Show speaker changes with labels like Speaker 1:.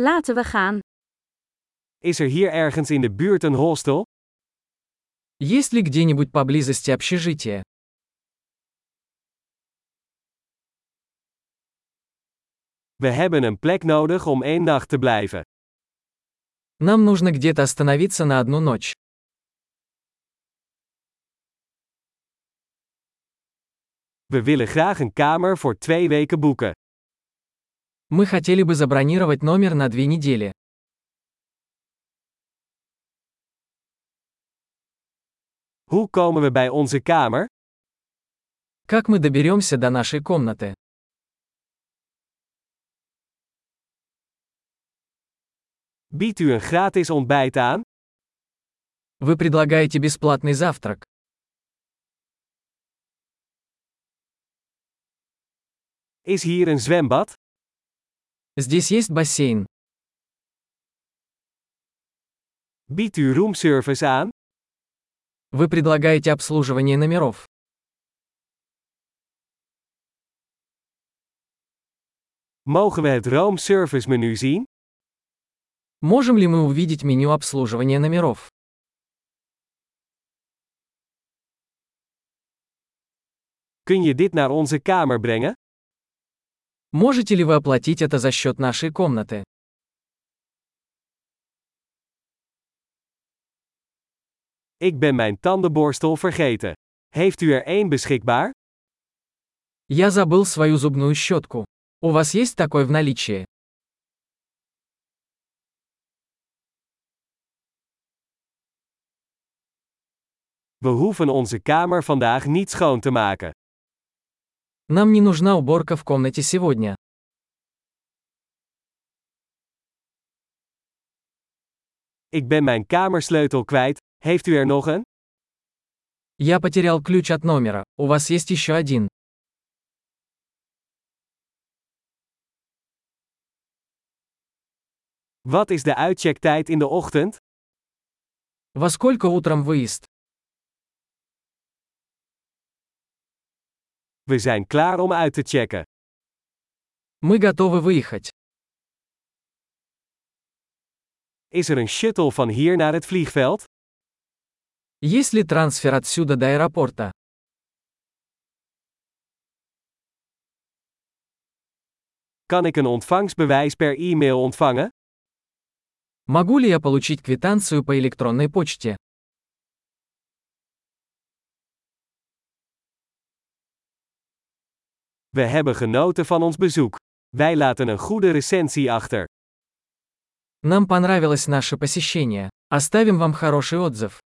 Speaker 1: Laten we gaan.
Speaker 2: Is er hier ergens in de buurt een hostel?
Speaker 3: Есть ли где-нибудь поблизости общежитие?
Speaker 2: We hebben een plek nodig om één nacht te blijven.
Speaker 3: Нам нужно где-то остановиться на одну ночь.
Speaker 2: We willen graag een kamer voor twee weken boeken.
Speaker 3: Мы хотели бы забронировать номер на две недели.
Speaker 2: Hoe komen we bij onze kamer?
Speaker 3: Как мы доберемся до нашей комнаты?
Speaker 2: Biedt u een gratis ontbijt aan?
Speaker 3: Вы предлагаете бесплатный завтрак.
Speaker 2: Is hier een zwembad?
Speaker 3: Здесь есть бассейн.
Speaker 2: Biedt u roomservice aan?
Speaker 3: Вы предлагаете обслуживание номеров.
Speaker 2: Mogen we het roomservice menu zien?
Speaker 3: Можем ли мы увидеть меню обслуживания номеров?
Speaker 2: Kun je dit naar onze kamer brengen?
Speaker 3: Можете ли вы оплатить это за счет нашей комнаты?
Speaker 2: Ik ben mijn tandenborstel vergeten. Heeft u er één beschikbaar?
Speaker 3: Я забыл свою зубную щетку. У вас есть такой в наличии?
Speaker 2: We hoeven onze kamer vandaag niet schoon te maken.
Speaker 3: Нам не нужна уборка в комнате сегодня.
Speaker 2: Ik ben mijn kamersleutel kwijt. Heeft u er nog een?
Speaker 3: Я потерял ключ от номера. У вас есть еще один.
Speaker 2: Wat is de uitchecktijd in de ochtend?
Speaker 3: Во сколько утром выезд?
Speaker 2: We zijn klaar om uit te checken.
Speaker 3: Мы готовы выехать.
Speaker 2: Is er een shuttle van hier naar het vliegveld?
Speaker 3: Есть ли трансфер отсюда до аэропорта?
Speaker 2: Kan ik een ontvangstbewijs per e-mail ontvangen?
Speaker 3: Могу ли я получить квитанцию по электронной почте?
Speaker 2: We hebben genoten van ons bezoek. Wij laten een goede recensie achter.
Speaker 3: Нам понравилось наше посещение. Оставим вам хороший отзыв.